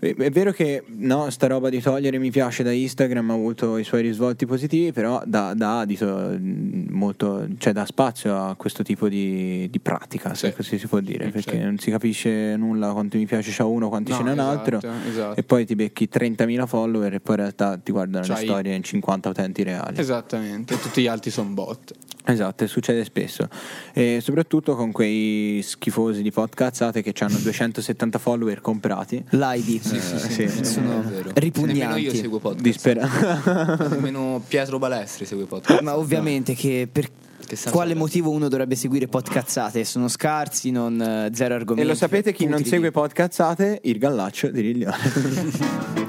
Speaker 1: eh, eh, È vero che no, sta roba di togliere mi piace da Instagram ha avuto i suoi risvolti positivi, però dà, dà adito, mh, molto, cioè dà spazio a questo tipo di, di pratica, se
Speaker 3: Sì.
Speaker 1: così si può dire,
Speaker 3: Sì,
Speaker 1: perché
Speaker 3: sì.
Speaker 1: non si capisce nulla quanti mi piace c'ha uno, quanti
Speaker 2: No,
Speaker 1: ce n'è un
Speaker 2: esatto,
Speaker 1: altro,
Speaker 2: esatto.
Speaker 1: e poi ti becchi 30.000 follower e poi in realtà ti guardano le
Speaker 2: C'hai-
Speaker 1: storie in 50 utenti reali.
Speaker 2: Esattamente, tutti gli altri sono bot.
Speaker 1: Esatto, e succede spesso. E soprattutto con quei schifosi di podcazzate che hanno 270 follower comprati.
Speaker 5: L'ID.
Speaker 3: Sì, sì, Eh, sì,
Speaker 5: Eh,
Speaker 1: sì,
Speaker 3: sì,
Speaker 5: sono
Speaker 3: è vero.
Speaker 5: ripugnanti.
Speaker 3: Nemmeno io seguo podcast.
Speaker 1: Dispera-
Speaker 3: Nemmeno Pietro Balestri segue podcast.
Speaker 5: Ma ovviamente che per
Speaker 3: Che senso
Speaker 5: quale
Speaker 3: ha?
Speaker 5: motivo uno dovrebbe seguire podcazzate? Sono scarsi, non eh, zero
Speaker 1: e
Speaker 5: argomenti.
Speaker 1: lo sapete chi non
Speaker 5: putridi.
Speaker 1: segue podcazzate? Il gallaccio di Riglione.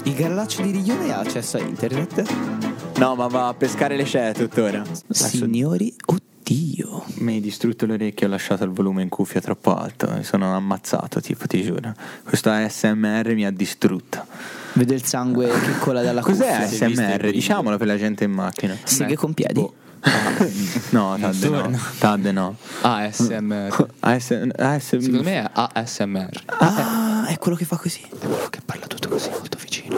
Speaker 5: Il gallaccio di Riglione ha accesso a internet?
Speaker 1: No, ma va a pescare le cee tuttora. Adesso
Speaker 5: Signori, oddio.
Speaker 1: mi hai distrutto l'orecchio, ho lasciato il volume in cuffia troppo alto. Mi sono ammazzato, tipo, ti giuro. Questo ASMR mi ha distrutto.
Speaker 5: Vedo il sangue che cola dalla
Speaker 1: Cos'è
Speaker 5: cuffia.
Speaker 1: ASMR? Diciamolo per la gente in macchina.
Speaker 5: Seghe con piedi.
Speaker 1: Boh. No, Tadde no.
Speaker 3: torna.
Speaker 1: Tadde no.
Speaker 3: Ah, ASMR.
Speaker 1: AS- ASMR.
Speaker 3: Secondo me è ASMR.
Speaker 5: Ah,
Speaker 1: ecco,
Speaker 5: è quello che fa così.
Speaker 1: Boh,
Speaker 3: che parla tutto così molto vicino.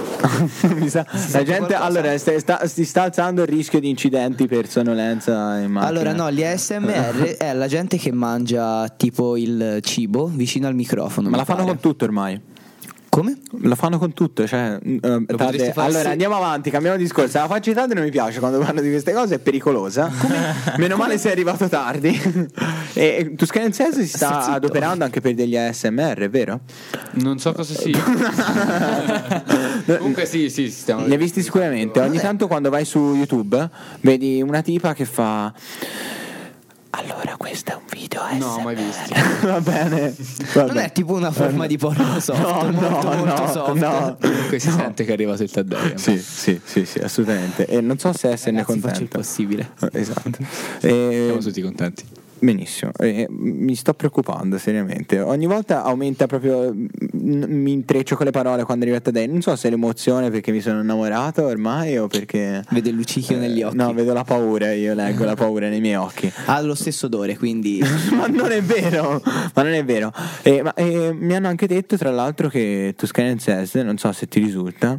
Speaker 1: Mi sa- la gente allora sta- sta- si sta alzando il rischio di incidenti per sonnolenza in macchina.
Speaker 5: Allora, no, gli ASMR è la gente che mangia tipo il cibo vicino al microfono.
Speaker 1: ma
Speaker 5: mi
Speaker 1: la fanno
Speaker 5: pare.
Speaker 1: con tutto ormai.
Speaker 5: Come?
Speaker 1: La fanno con tutto, cioè, mm, eh, tante-
Speaker 3: potresti fare
Speaker 1: allora
Speaker 3: se-
Speaker 1: andiamo avanti, cambiamo discorso. La faccia di Tade non mi piace quando parlo di queste cose, è pericolosa. Meno male sei arrivato tardi. e Tuscanensense si sta
Speaker 5: zitto.
Speaker 1: adoperando anche per degli ASMR, vero?
Speaker 2: Non so cosa sia. Comunque sì, sì, stiamo...
Speaker 1: Ne hai visti sicuramente.
Speaker 5: Eh.
Speaker 1: Ogni tanto quando vai su YouTube vedi una tipa che fa. Allora, questo è un video ASMR.
Speaker 2: No, mai visti.
Speaker 1: Va bene. Vabbè.
Speaker 5: Non è tipo una forma di porno soft, molto, molto soft.
Speaker 3: Comunque si sente che è arrivato il Taddeo.
Speaker 1: Sì, sì, sì, sì, assolutamente. E non so se esserne
Speaker 5: Ragazzi, faccio il
Speaker 1: contento.
Speaker 5: possibile.
Speaker 1: Esatto. E-
Speaker 3: Siamo tutti contenti.
Speaker 1: Benissimo, Eh, mi sto preoccupando seriamente. Ogni volta aumenta proprio. m- m- mi intreccio con le parole quando arrivo a te. Non so se è l'emozione perché mi sono innamorato ormai o perché. eh,
Speaker 5: Vede il luccichio negli occhi.
Speaker 1: No, vedo la paura, io leggo la paura nei miei occhi.
Speaker 5: Ha lo stesso odore, quindi
Speaker 1: ma non è vero, ma non è vero. Eh, ma, eh, mi hanno anche detto, tra l'altro, che Tuscanian Cess, non so se ti risulta,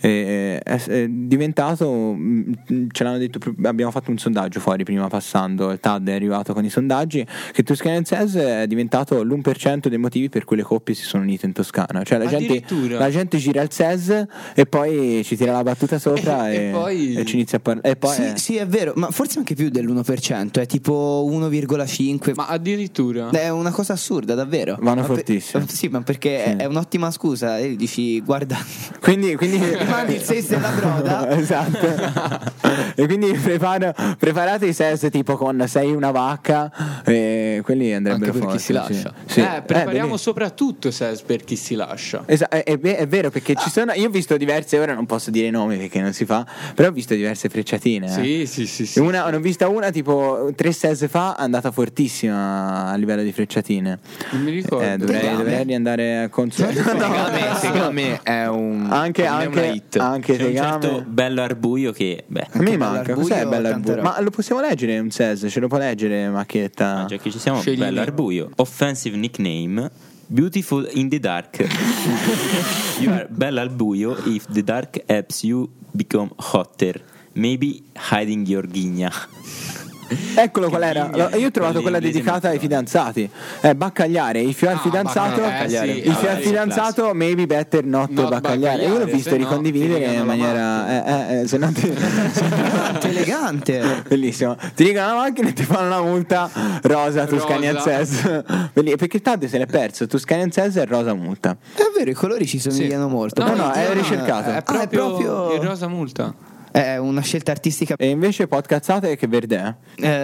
Speaker 1: eh, è, è diventato. mh, mh, Ce l'hanno detto, pr- abbiamo fatto un sondaggio fuori prima passando. il Tad è arrivato con i sondaggi. Che Tuscanian Cess è diventato l'1% dei motivi per cui le coppie si sono unite in Toscana. Cioè, la, gente,
Speaker 2: Addirittura.
Speaker 1: la gente gira il Cess e poi ci tira la battuta sopra e,
Speaker 3: E poi-
Speaker 1: e ci inizia a parlare. E poi
Speaker 5: sì,
Speaker 1: eh,
Speaker 5: sì, è vero, ma forse anche più dell'1%, è tipo 1,5.
Speaker 2: Ma addirittura...
Speaker 1: Eh,
Speaker 5: È una cosa assurda, davvero.
Speaker 1: Vanno
Speaker 5: Ma per-
Speaker 1: fortissimo.
Speaker 5: sì, ma perché
Speaker 1: Sì.
Speaker 5: è- è un'ottima scusa. E dici, guarda,
Speaker 1: Quindi, quindi
Speaker 5: mi mandi il 6 della broda.
Speaker 1: esatto. e quindi preparo- preparate i sess tipo con sei una vacca, e quelli andrebbero
Speaker 3: Anche per
Speaker 1: forti,
Speaker 3: chi si lascia.
Speaker 1: Sì. Sì.
Speaker 2: Eh, prepariamo
Speaker 1: bene.
Speaker 2: soprattutto SES per chi si lascia.
Speaker 1: Esa- è, è ve- è vero perché ci sono. Io ho visto diverse, ora non posso dire i nomi perché non si fa, però ho visto diverse frecciatine. eh.
Speaker 2: Sì, sì, sì, sì.
Speaker 1: Una, ne ho vista una tipo tre ses fa, è andata fortissima a livello di frecciatine.
Speaker 2: Non mi ricordo.
Speaker 1: Eh, dovrei,
Speaker 5: Tegame.
Speaker 1: dovrei riandare a consultare.
Speaker 3: Tegame, Tegame è un
Speaker 1: Anche,
Speaker 3: non è una
Speaker 1: anche,
Speaker 3: hit.
Speaker 1: anche
Speaker 4: C'è un
Speaker 1: Tegame.
Speaker 4: certo bello arbuio che, beh,
Speaker 1: A me
Speaker 5: Anche
Speaker 1: manca,
Speaker 5: Bellarbuio
Speaker 1: cos'è Bellarbuio?
Speaker 5: canterò.
Speaker 1: Ma lo possiamo leggere un SES? Ce lo può leggere
Speaker 2: Ah,
Speaker 1: Macchietta?
Speaker 5: Ah.
Speaker 4: già Cioè, che ci siamo,
Speaker 3: Scegli
Speaker 4: bello
Speaker 3: me.
Speaker 4: arbuio. Offensive nickname, beautiful in the dark. you are bello al buio if the dark helps you become hotter. Maybe hiding your ghigna.
Speaker 1: Eccolo qual era.
Speaker 4: Ghigna,
Speaker 1: Allora, Io ho trovato quella
Speaker 4: l'inglese
Speaker 1: dedicata ai
Speaker 4: nazionale.
Speaker 1: fidanzati. È Baccagliare, il fior
Speaker 2: Ah,
Speaker 1: fidanzato.
Speaker 2: Baccagliare, eh, sì,
Speaker 1: il fior
Speaker 2: eh,
Speaker 1: fidanzato, maybe better not,
Speaker 2: Not
Speaker 1: Baccagliare. Io l'ho
Speaker 2: Baccagliare,
Speaker 1: visto
Speaker 2: se no ti
Speaker 1: ricondividere
Speaker 2: rigano
Speaker 1: in
Speaker 2: la
Speaker 1: maniera. Eh, eh, eh, se no ti-
Speaker 5: elegante.
Speaker 1: Bellissimo, ti rigano la macchina e ti fanno la multa rosa Tuscanian
Speaker 2: Rosa.
Speaker 1: Cess. Belli- Perché Tadde se l'è perso. Tuscanian Cess è rosa multa.
Speaker 5: È vero, i colori ci somigliano molto.
Speaker 1: No,
Speaker 5: però-
Speaker 1: no, è
Speaker 2: no,
Speaker 1: ricercato.
Speaker 2: È
Speaker 5: Ah, è
Speaker 2: proprio,
Speaker 5: proprio-
Speaker 2: il rosa multa.
Speaker 5: È una scelta artistica
Speaker 1: E invece podcazzate che verde è?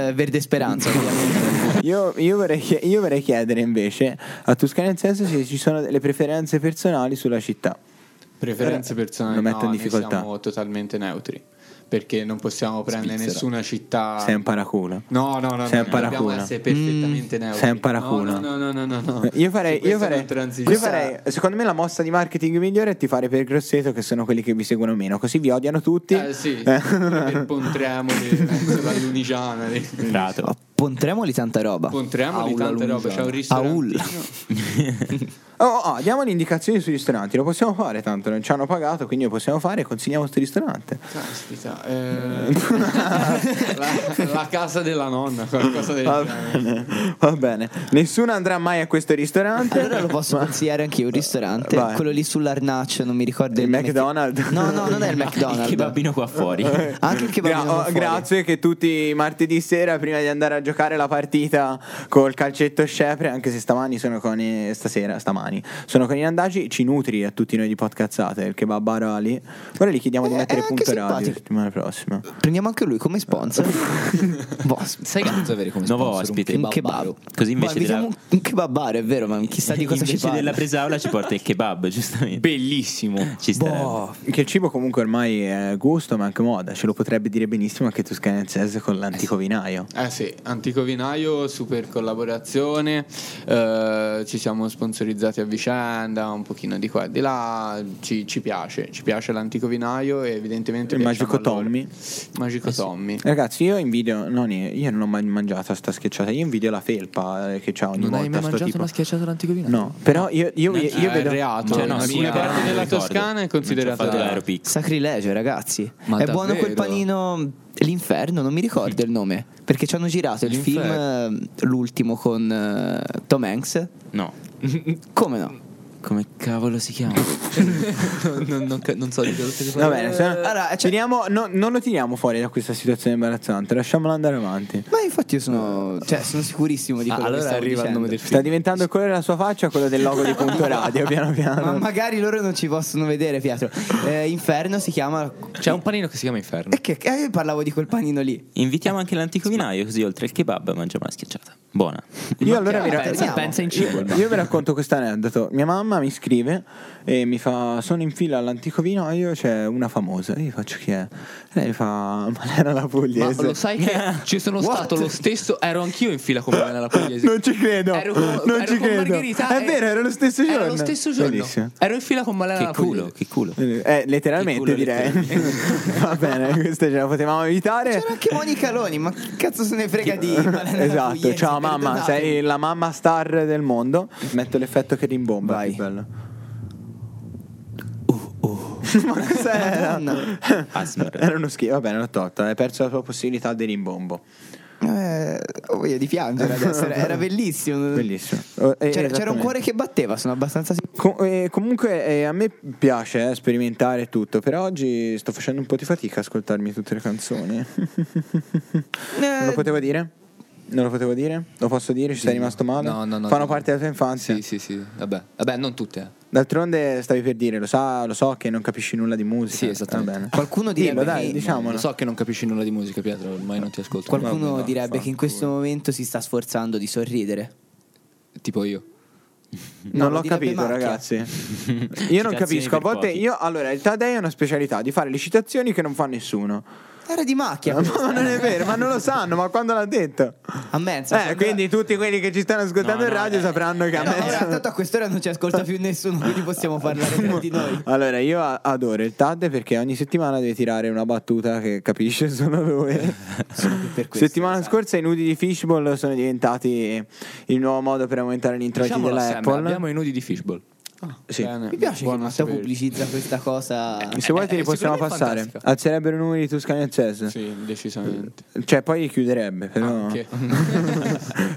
Speaker 5: eh, verde speranza. ovviamente.
Speaker 1: Io, io vorrei, chie- io vorrei chiedere invece a Tuscanensense se ci sono delle preferenze personali sulla città.
Speaker 2: Preferenze personali.
Speaker 1: Eh, Lo metto
Speaker 2: no,
Speaker 1: in
Speaker 2: noi
Speaker 1: difficoltà.
Speaker 2: siamo totalmente neutri. Perché non possiamo prendere
Speaker 3: Svizzera.
Speaker 2: nessuna città.
Speaker 1: Sei un paraculo.
Speaker 2: No, no, no,
Speaker 1: Sei
Speaker 2: no,
Speaker 1: un
Speaker 2: dobbiamo
Speaker 1: paracuno.
Speaker 2: essere perfettamente neutri.
Speaker 1: sei un paracuno.
Speaker 2: No, no, no, no, no, no.
Speaker 1: Io farei,
Speaker 2: Su questo
Speaker 1: io, farei,
Speaker 2: non Eh, transigiamo.
Speaker 1: io farei- secondo me la mossa di marketing migliore è ti fare per Grosseto che sono quelli che vi seguono meno, così vi odiano tutti. Eh.
Speaker 2: Eh, sì, per Pontremoli, per la Lunigiana. lì.
Speaker 4: Prato.
Speaker 5: Pontremoli tanta roba.
Speaker 2: Pontremoli
Speaker 5: Aula
Speaker 2: tante robe,
Speaker 5: Lungiana.
Speaker 2: c'è un ristorantino.
Speaker 5: Aul.
Speaker 1: Oh, oh, diamo le indicazioni sui ristoranti, lo possiamo fare tanto, non ci hanno pagato, quindi lo possiamo fare e consigliamo questo ristorante.
Speaker 2: Caspita, eh, la, la casa della nonna, qualcosa del
Speaker 1: Va
Speaker 2: genere.
Speaker 1: bene, va bene. Nessuno andrà mai a questo ristorante.
Speaker 5: Allora lo posso consigliare anche io, un ristorante.
Speaker 1: Vai.
Speaker 5: Quello lì sull'arnaccio, non mi ricordo
Speaker 1: Il
Speaker 5: nome.
Speaker 1: McDonald's?
Speaker 5: No, no, non è il
Speaker 4: Il
Speaker 5: McDonald's.
Speaker 4: kebabino qua fuori.
Speaker 5: Anche il kebabino
Speaker 1: Gra-
Speaker 5: qua
Speaker 1: oh,
Speaker 5: fuori.
Speaker 1: grazie che tutti i martedì sera prima di andare a giocare la partita col calcetto scepre, anche se stamani sono con i, stasera, stamani sono con i Nandagi, ci nutri a tutti noi di podcazzate, il kebab a Rali. Ora gli chiediamo di
Speaker 5: Eh,
Speaker 1: mettere
Speaker 5: è anche
Speaker 1: punto radio la
Speaker 5: simpatico.
Speaker 1: settimana prossima.
Speaker 3: Boh.
Speaker 5: Prendiamo anche lui come sponsor. Boss.
Speaker 3: Sai che non so avere come
Speaker 4: Nuovo
Speaker 3: sponsor un
Speaker 4: ospite.
Speaker 5: Un
Speaker 3: kebabbaro?
Speaker 5: kebab.
Speaker 4: Così invece
Speaker 5: Boh, invitiamo
Speaker 4: della-
Speaker 5: un kebabaro, è vero, ma chissà di cosa ci
Speaker 4: Invece
Speaker 5: parla.
Speaker 4: della presaula ci porta il kebab, giustamente.
Speaker 2: Bellissimo.
Speaker 4: Ci starebbe.
Speaker 5: Boh.
Speaker 1: Che il cibo comunque ormai è gusto ma anche moda, ce lo potrebbe dire benissimo anche Tuscanenses con l'antico vinaio.
Speaker 2: Eh sì, Antico Vinaio, super collaborazione, eh, ci siamo sponsorizzati a vicenda, un pochino di qua e di là, ci, ci piace, ci piace l'Antico Vinaio e evidentemente...
Speaker 1: Il
Speaker 2: piacciamo
Speaker 1: Magico
Speaker 2: a loro.
Speaker 1: Tommy.
Speaker 4: Eh
Speaker 2: Magico Tommy.
Speaker 1: Ragazzi, io invidio. Non io, io non ho mai mangiato sta schiacciata. Io invidio la felpa eh, che c'ha ogni
Speaker 3: Non
Speaker 1: volta.
Speaker 3: hai mai
Speaker 1: sto
Speaker 3: mangiato
Speaker 1: tipo-
Speaker 3: una schiacciata d'antico vino?
Speaker 1: No, però io, io, io,
Speaker 2: Eh, è
Speaker 1: vedo.
Speaker 2: reato.
Speaker 4: Cioè,
Speaker 2: in
Speaker 4: no,
Speaker 2: alcune
Speaker 4: sì,
Speaker 2: parti
Speaker 4: ah,
Speaker 2: della
Speaker 4: ricordo.
Speaker 2: Toscana è
Speaker 4: Non ci ha fatto
Speaker 2: considerata...
Speaker 4: l'aeropic.
Speaker 5: Sacrilegio, ragazzi.
Speaker 3: Ma
Speaker 5: è buono
Speaker 3: davvero?
Speaker 5: quel panino l'inferno, non mi ricordo il nome, perché ci hanno girato il film
Speaker 3: L'inferno.
Speaker 5: eh, l'ultimo con eh, Tom Hanks.
Speaker 4: No.
Speaker 5: Come no?
Speaker 4: Come cavolo si chiama?
Speaker 3: non, non, non so di cosa stai
Speaker 1: Va
Speaker 3: parlando.
Speaker 1: bene, se-
Speaker 5: allora, cioè-
Speaker 1: tiriamo- no- non lo tiriamo fuori da questa situazione imbarazzante, lasciamolo andare avanti.
Speaker 5: Ma infatti io sono, cioè, sono sicurissimo di
Speaker 3: Ah,
Speaker 5: quello che
Speaker 3: allora
Speaker 5: stavo
Speaker 3: arriva il
Speaker 5: dicendo.
Speaker 3: nome del
Speaker 1: Sta
Speaker 3: film.
Speaker 1: diventando il colore della sua faccia quello del logo di Punto Radio, piano piano.
Speaker 5: Ma magari loro non ci possono vedere, Pietro. Eh, Inferno si chiama.
Speaker 3: C'è un panino che si chiama Inferno.
Speaker 5: E che eh, io parlavo di quel panino lì.
Speaker 4: Invitiamo anche l'antico vinaio, così oltre al kebab mangiamo la schiacciata. Buona.
Speaker 1: Io allora
Speaker 5: che-
Speaker 1: vi, ra-
Speaker 5: pensa-
Speaker 1: torniamo.
Speaker 5: pensa in
Speaker 1: Io- Io vi racconto questo aneddoto. Mia mamma mi scrive e mi fa: Sono in fila all'antico vinaio, c'è una famosa. Io gli faccio chi è? Lei mi fa: Malena la
Speaker 3: Ma
Speaker 1: Pugliese.
Speaker 3: lo sai che ci sono stato lo stesso, ero anch'io in fila con me nella pugliese.
Speaker 1: Non ci credo.
Speaker 3: Ero con-
Speaker 1: non
Speaker 3: ero
Speaker 1: ci
Speaker 3: con
Speaker 1: credo.
Speaker 3: Margherita
Speaker 1: è
Speaker 3: e-
Speaker 1: vero, era lo stesso giorno.
Speaker 3: Era lo stesso giorno.
Speaker 1: Bellissimo.
Speaker 3: Ero in fila con Malena
Speaker 5: Ah,
Speaker 4: Che
Speaker 3: la
Speaker 4: culo,
Speaker 3: Pugliese.
Speaker 4: che culo.
Speaker 1: Eh, letteralmente
Speaker 4: Che culo,
Speaker 1: direi. Va bene, questa ce la potevamo evitare.
Speaker 5: C'era anche Monica Loni, ma che cazzo se ne frega di. Malena
Speaker 1: Esatto,
Speaker 5: Pugliese,
Speaker 1: ciao mamma,
Speaker 5: perdonatemi.
Speaker 1: sei la mamma star del mondo. Metto l'effetto che rimbomba.
Speaker 5: Vai.
Speaker 1: che bello. Ma cos'era? Ah,
Speaker 4: Asmr.
Speaker 1: Era uno schifo, va bene, l'ho tolto. Hai perso la tua possibilità di rimbombo.
Speaker 5: Eh, ho voglia di piangere adesso. Era, era bellissimo.
Speaker 1: Bellissimo. Oh, eh,
Speaker 5: C'era, c'era un
Speaker 1: esattamente.
Speaker 5: cuore che batteva, sono abbastanza sicuro.
Speaker 1: Com- eh, comunque eh, a me piace eh, sperimentare tutto, però oggi sto facendo un po' di fatica a ascoltarmi tutte le canzoni. non lo potevo dire? Non lo potevo dire? Lo posso dire? Ci sei rimasto male?
Speaker 3: No, no, no.
Speaker 1: Fanno
Speaker 3: no.
Speaker 1: parte della tua infanzia?
Speaker 3: Sì, sì, sì. Vabbè, Vabbè non tutte. eh.
Speaker 1: D'altronde stavi per dire, lo, sa- lo so che non capisci nulla di musica.
Speaker 3: Sì,
Speaker 1: sta
Speaker 3: esattamente.
Speaker 1: bene.
Speaker 5: Qualcuno
Speaker 1: Dillo,
Speaker 5: direbbe
Speaker 1: dai,
Speaker 5: che-
Speaker 1: diciamolo.
Speaker 3: Lo so che non capisci nulla di musica, Pietro, ormai non ti ascolto.
Speaker 5: Qualcuno
Speaker 3: Vabbè, no,
Speaker 5: direbbe
Speaker 3: fa-
Speaker 5: che in questo momento si sta sforzando di sorridere.
Speaker 3: Tipo io.
Speaker 5: No,
Speaker 1: Non
Speaker 5: lo
Speaker 1: l'ho
Speaker 5: direbbe
Speaker 1: capito,
Speaker 5: Macchia.
Speaker 1: ragazzi. Io non
Speaker 4: Citazioni
Speaker 1: capisco. A
Speaker 4: per
Speaker 1: volte
Speaker 4: pochi.
Speaker 1: io. Allora, il Tadei è una specialità di fare le citazioni che non fa nessuno.
Speaker 5: Era di macchia.
Speaker 1: Ma non è vero, ma non lo sanno, ma quando l'ha detto?
Speaker 5: A mensa.
Speaker 1: Eh, quindi tutti quelli che ci stanno ascoltando
Speaker 4: No,
Speaker 1: in
Speaker 4: no,
Speaker 1: radio
Speaker 4: eh,
Speaker 1: sapranno che a
Speaker 5: No,
Speaker 1: me.
Speaker 5: ora, tanto a quest'ora non ci ascolta più nessuno, quindi possiamo parlare tra di noi.
Speaker 1: Allora, io a- adoro il Tad perché ogni settimana deve tirare una battuta che capisce solo lui.
Speaker 5: Per questo,
Speaker 1: settimana
Speaker 5: esatto.
Speaker 1: scorsa i nudi di Fishbowl sono diventati il nuovo modo per aumentare gli introiti
Speaker 3: Diciamolo
Speaker 1: della
Speaker 3: sempre,
Speaker 1: Apple.
Speaker 3: abbiamo i nudi di Fishball.
Speaker 1: Sì.
Speaker 2: Bene,
Speaker 5: Mi piace
Speaker 2: buono
Speaker 5: che
Speaker 2: a
Speaker 5: Matta
Speaker 2: sapere.
Speaker 5: pubblicizza questa cosa.
Speaker 1: Se vuoi te li
Speaker 3: eh,
Speaker 1: possiamo
Speaker 3: secondo me è
Speaker 1: passare.
Speaker 3: fantastica.
Speaker 1: Alzerebbero i numeri di Tuscany e Cesare.
Speaker 2: Sì, decisamente.
Speaker 1: Cioè, poi li chiuderebbe, però.
Speaker 2: Anche.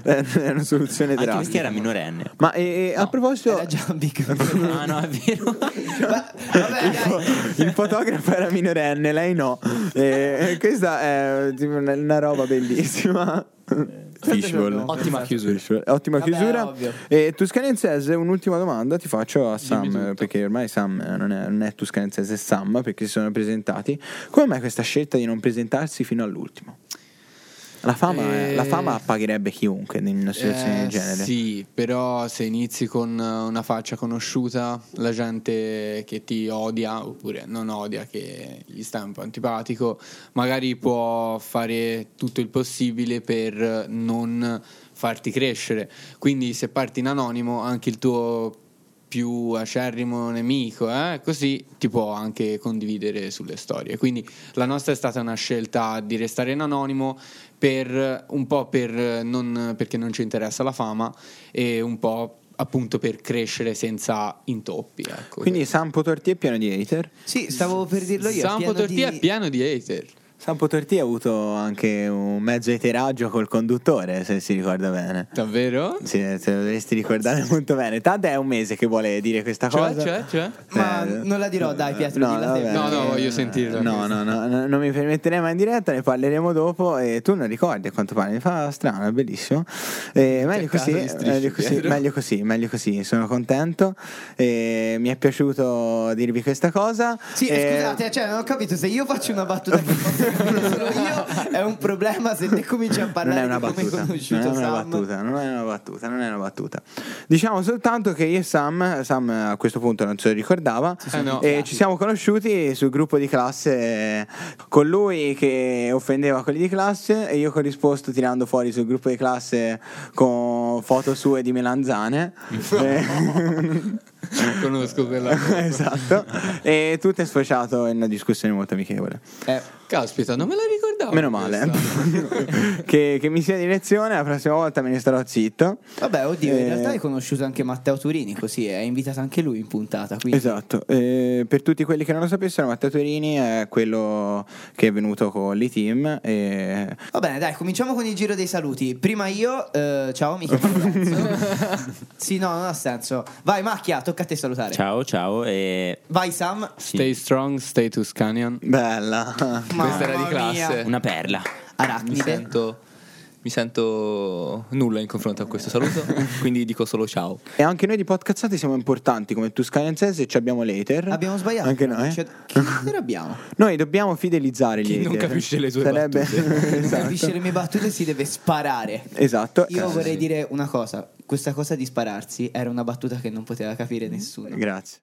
Speaker 1: è una soluzione
Speaker 4: Anche perché
Speaker 1: drastica.
Speaker 4: era minorenne.
Speaker 1: Ma eh, eh, a proposito,
Speaker 5: Era già big.
Speaker 4: Ah no, è vero.
Speaker 5: Va- Vabbè, dai.
Speaker 1: il fotografo era minorenne, lei no. E, e questa è tipo, una, una roba bellissima. Fishball.
Speaker 3: Ottima chiusura.
Speaker 1: Fishball. Ottima
Speaker 5: Vabbè,
Speaker 1: chiusura.
Speaker 5: ovvio.
Speaker 1: E tuscanensese, un'ultima domanda ti faccio a Sam, perché ormai Sam eh, non è, non è tuscanensese, è Sam, perché si sono presentati. Come mai questa scelta di non presentarsi fino all'ultimo? La fama,
Speaker 2: Eh.
Speaker 1: la fama pagherebbe chiunque in una situazione
Speaker 2: Eh,
Speaker 1: del genere.
Speaker 2: Sì, però se inizi con eh, una faccia conosciuta, la gente che ti odia oppure non odia, che gli sta un po' antipatico, magari può fare tutto il possibile per non farti crescere. Quindi se parti in anonimo, anche il tuo più acerrimo nemico, eh, così ti può anche condividere sulle storie. Quindi la nostra è stata una scelta di restare in anonimo per un po' per non, perché non ci interessa la fama e un po' appunto per crescere senza intoppi. Ecco.
Speaker 1: Quindi Sampo Torti è pieno di hater.
Speaker 5: Sì, stavo per dirlo io.
Speaker 2: Sampo
Speaker 5: pieno
Speaker 2: Tortilla
Speaker 5: di-
Speaker 2: è pieno di hater.
Speaker 1: Sampo Torti ha avuto anche un mezzo eteraggio col conduttore, se si ricorda bene.
Speaker 2: Davvero?
Speaker 1: Sì, te lo dovresti ricordare molto bene. Tad è un mese che vuole dire questa
Speaker 2: Cioè,
Speaker 1: cosa.
Speaker 2: cioè, cioè?
Speaker 5: Ma
Speaker 1: Eh,
Speaker 5: non la dirò, dai, Pietro,
Speaker 1: No,
Speaker 5: dilla
Speaker 1: vabbè,
Speaker 5: te.
Speaker 2: No, no, voglio sentirla
Speaker 1: No,
Speaker 2: questa.
Speaker 1: no, no, no, non mi permetterei mai in diretta, ne parleremo dopo. E tu non ricordi a quanto pare, mi fa strano, è bellissimo. Eh, meglio,
Speaker 3: caso
Speaker 1: così,
Speaker 3: di strisce,
Speaker 1: meglio, così,
Speaker 3: Piero.
Speaker 1: meglio così, meglio così, sono contento. Eh, mi è piaciuto dirvi questa cosa.
Speaker 5: Sì,
Speaker 1: Eh,
Speaker 5: scusate, cioè, non ho capito. Se io faccio una battuta che posso capire solo io, è un problema. Se te cominci a
Speaker 1: Non
Speaker 5: Cioè, parlare
Speaker 1: è una
Speaker 5: di come hai
Speaker 1: battuta, non
Speaker 5: conosciuto
Speaker 1: è una
Speaker 5: Sam.
Speaker 1: battuta, non è una battuta, non è una battuta. Diciamo soltanto che io e Sam, Sam a questo punto non se lo ricordava,
Speaker 2: sono
Speaker 1: e
Speaker 2: incontrati.
Speaker 1: ci siamo conosciuti sul gruppo di classe eh, con lui che offendeva quelli di classe e io ho corrisposto tirando fuori sul gruppo di classe con foto sue di melanzane. Eh,
Speaker 2: Conosco quella.
Speaker 1: esatto. E tutto è sfociato in una discussione molto amichevole.
Speaker 2: Eh, caspita, non me la
Speaker 3: Ah,
Speaker 2: ricordavo.
Speaker 1: Meno male
Speaker 2: questa.
Speaker 1: che, che mi sia di lezione, la prossima volta me ne starò zitto.
Speaker 5: Vabbè, oddio,
Speaker 1: Eh,
Speaker 5: in realtà hai conosciuto anche Matteo Turini, così è invitato anche lui in puntata. Quindi
Speaker 1: Esatto, Eh, per tutti quelli che non lo sapessero, Matteo Turini è quello che è venuto con l'E-Team. E...
Speaker 5: Va bene, dai, cominciamo con il giro dei saluti. Prima io, eh, ciao, mi chiamo Lorenzo. sì, no, non ha senso. Vai, Macchia, tocca a te salutare.
Speaker 4: Ciao, ciao e
Speaker 5: Vai, Sam.
Speaker 4: sì,
Speaker 2: Stay strong, stay Tuscanian.
Speaker 1: Bella.
Speaker 5: Mamma
Speaker 3: Questa era di
Speaker 5: mia.
Speaker 3: classe.
Speaker 4: una perla.
Speaker 3: Ah, Mi
Speaker 5: Arachnide.
Speaker 3: sento, mi sento nulla in confronto a questo saluto, quindi dico solo ciao.
Speaker 1: E anche noi di podcazzate siamo importanti come Tuscanenses e ci abbiamo l'hater.
Speaker 5: Abbiamo sbagliato.
Speaker 1: Anche noi.
Speaker 5: Cioè, che leader abbiamo?
Speaker 1: Noi dobbiamo fidelizzare gli
Speaker 3: Chi non
Speaker 1: hater.
Speaker 3: capisce le sue
Speaker 1: Sarebbe...
Speaker 5: Per
Speaker 1: esatto.
Speaker 5: capisce le mie battute si deve sparare.
Speaker 1: Esatto.
Speaker 5: Io
Speaker 1: Eh,
Speaker 5: vorrei
Speaker 1: sì.
Speaker 5: dire una cosa. Questa cosa di spararsi era una battuta che non poteva capire nessuno.
Speaker 1: Grazie.